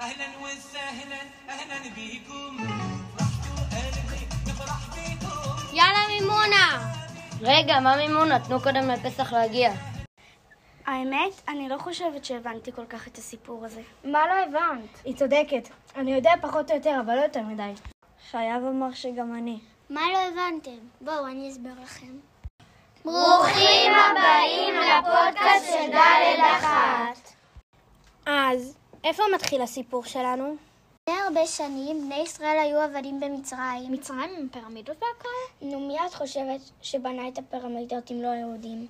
اهلا وسهلا اهلا بيكم فرحتوا قلبي نفرح بيكم יאללה מימונה! רגע, מה מימונה? תנו קודם לפסח להגיע. האמת, אני לא חושבת שהבנתי כל כך את הסיפור הזה. מה לא הבנת? היא צודקת. אני יודע פחות או יותר, אבל לא יותר מדי. חייב אמר שגם אני. מה לא הבנתם? בואו, אני אסביר לכם. ברוכים הבאים לפודקאסט של ד' אחת. אז, איפה מתחיל הסיפור שלנו? לפני הרבה שנים בני ישראל היו עבדים במצרים. מצרים עם פירמידות והכל? נו, מי את חושבת שבנה את הפירמידות אם לא יהודים?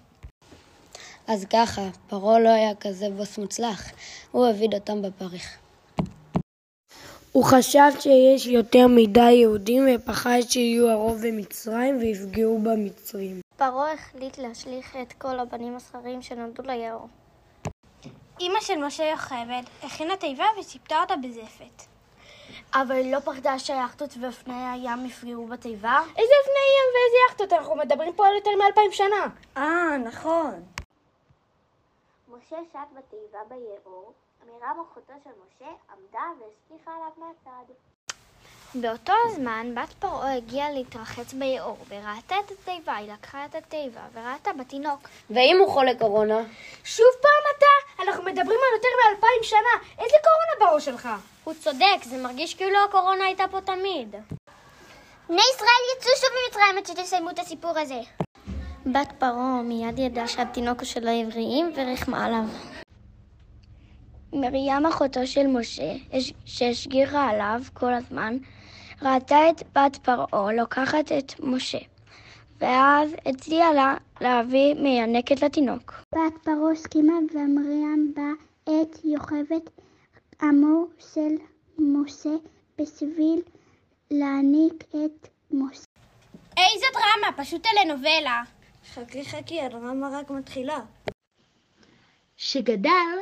אז ככה, פרעה לא היה כזה בוס מוצלח, הוא העביד אותם בפריך. הוא חשב שיש יותר מדי יהודים ופחד שיהיו הרוב במצרים ויפגעו במצרים. פרעה החליט להשליך את כל הבנים הזכרים שנולדו ליאור. אימא של משה יוכבד הכינה תיבה ושיפטה אותה בזפת. אבל היא לא פחדה שהיאכטות ואופני הים יפגעו בתיבה? איזה אבני ים ואיזה יכטות? אנחנו מדברים פה על יותר מאלפיים שנה. אה, נכון. משה שט בתיבה ביאור, מרים אחותו של משה עמדה והשגיחה עליו מהצד. באותו הזמן, בת פרעה הגיעה להתרחץ ביאור, וראתה את התיבה, היא לקחה את התיבה, וראתה בתינוק. ואם הוא חולה קורונה? שוב פעם אתה? אנחנו מדברים על יותר מאלפיים שנה. איזה קורונה בראש שלך? הוא צודק, זה מרגיש כאילו הקורונה הייתה פה תמיד. בני ישראל יצאו שוב ממצרים עד שתסיימו את הסיפור הזה. בת פרעה מיד ידעה שהתינוק הוא של העבריים ורחמה עליו. מרים אחותו של משה, הש- שהשגיחה עליו כל הזמן, ראתה את בת פרעה לוקחת את משה, ואז הציעה לה להביא מיינקת לתינוק. בת פרעה הסכימה ומרים בה את יוכבד עמו של משה בשביל להעניק את משה. איזה דרמה, פשוט טלנובלה. חכי חכי, הרמה רק מתחילה. שגדל,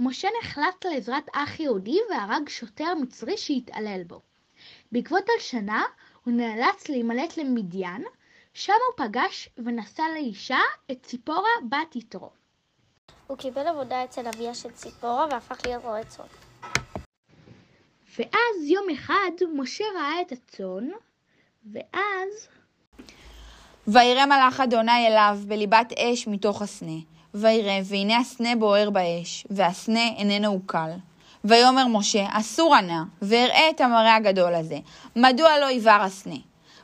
משה נחלץ לעזרת אח יהודי והרג שוטר מצרי שהתעלל בו. בעקבות הלשנה הוא נאלץ להימלט למדיין, שם הוא פגש ונשא לאישה את ציפורה בת יתרו. הוא קיבל עבודה אצל אביה של ציפורה והפך להיות רועה צאן. ואז יום אחד משה ראה את הצאן, ואז וירא מלאך אדוני אליו בליבת אש מתוך הסנה. וירא, והנה הסנה בוער באש, והסנה איננו עוקל. ויאמר משה, אסור ענה, ואראה את המראה הגדול הזה, מדוע לא עיוור הסנה?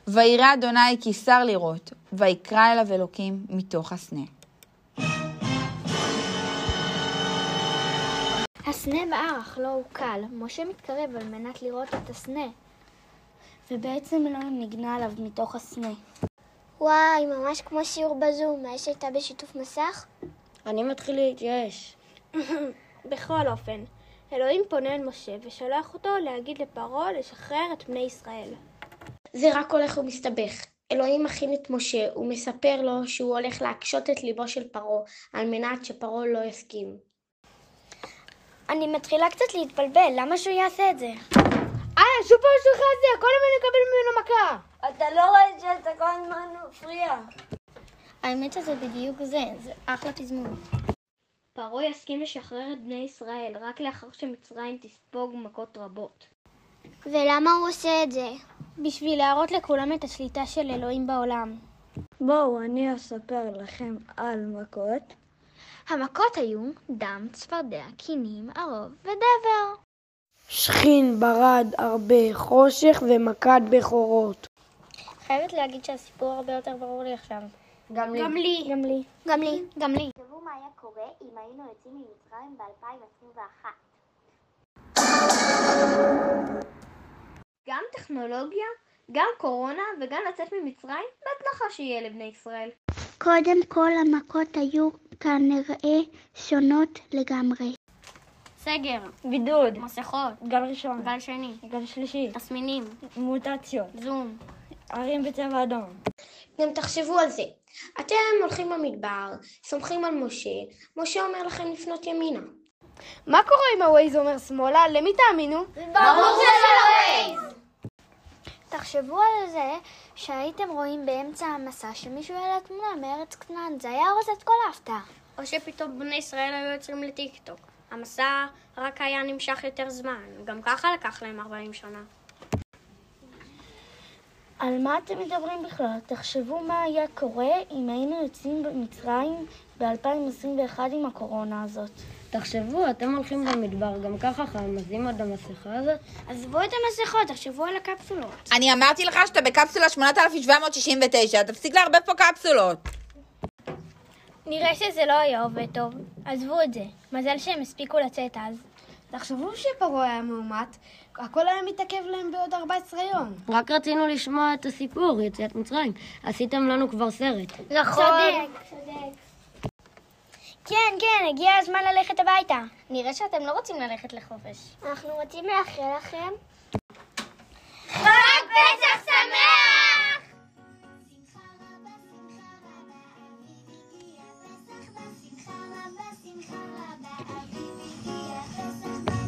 וירא אדוני כי שר לראות, ויקרא אליו אלוקים מתוך הסנה. הסנה בער אך לא עוקל. משה מתקרב על מנת לראות את הסנה. לא ובעצם אלוהים נגנה עליו מתוך הסנה. וואי, ממש כמו שיעור בזום, האש הייתה בשיתוף מסך? אני מתחיל להתייאש. בכל אופן, אלוהים פונה אל משה ושולח אותו להגיד לפרעה לשחרר את בני ישראל. זה רק הולך ומסתבך. אלוהים מכין את משה, הוא מספר לו שהוא הולך להקשות את ליבו של פרעה, על מנת שפרעה לא יסכים. אני מתחילה קצת להתבלבל, למה שהוא יעשה את זה? אה, שוב פעם שלך זה, כל הזמן נקבל ממנו מכה. האמת שזה בדיוק זה, זה אחלה תזמון. פרעה יסכים לשחרר את בני ישראל רק לאחר שמצרים תספוג מכות רבות. ולמה הוא עושה את זה? בשביל להראות לכולם את השליטה של אלוהים בעולם. בואו, אני אספר לכם על מכות. המכות היו דם, צפרדע, קינים, ערוב ודבר. שכין ברד הרבה חושך ומכת בכורות. חייבת להגיד שהסיפור הרבה יותר ברור לי עכשיו. גם לי. גם לי. גם לי. תחשבו מה היה קורה אם היינו יוצאים ממצרים ב-2021. גם טכנולוגיה, גם קורונה וגם לצאת ממצרים, לא בטח שיהיה לבני ישראל. קודם כל, המכות היו כנראה שונות לגמרי. סגר, בידוד. מסכות, גל ראשון. גל שני, גל שלישי. תסמינים, מוטציות. זום. ערים בצבע אדום. גם תחשבו על זה. אתם הולכים במדבר, סומכים על משה, משה אומר לכם לפנות ימינה. מה קורה אם הווייז אומר שמאלה? למי תאמינו? תחשבו על זה שהייתם רואים באמצע המסע שמישהו העלה תמונה מארץ כנען, זה היה הורס את כל ההפתעה. או שפתאום בני ישראל היו יוצרים לטיק טוק. המסע רק היה נמשך יותר זמן, גם ככה לקח להם 40 שנה. על מה אתם מדברים בכלל? תחשבו מה היה קורה אם היינו יוצאים במצרים ב-2021 עם הקורונה הזאת. תחשבו, אתם הולכים במדבר, גם ככה חם, אז אם עוד המסכה הזאת... עזבו את המסכות, תחשבו על הקפסולות. אני אמרתי לך שאתה בקפסולה 8769, תפסיק לערבב פה קפסולות. נראה שזה לא היה עובד טוב. עזבו את זה. מזל שהם הספיקו לצאת אז. תחשבו שפרעה היה מאומת, הכל היה מתעכב להם בעוד 14 יום. רק רצינו לשמוע את הסיפור, יציאת מצרים. עשיתם לנו כבר סרט. נכון. צודק, צודק. כן, כן, הגיע הזמן ללכת הביתה. נראה שאתם לא רוצים ללכת לחופש. אנחנו רוצים לאחל לכם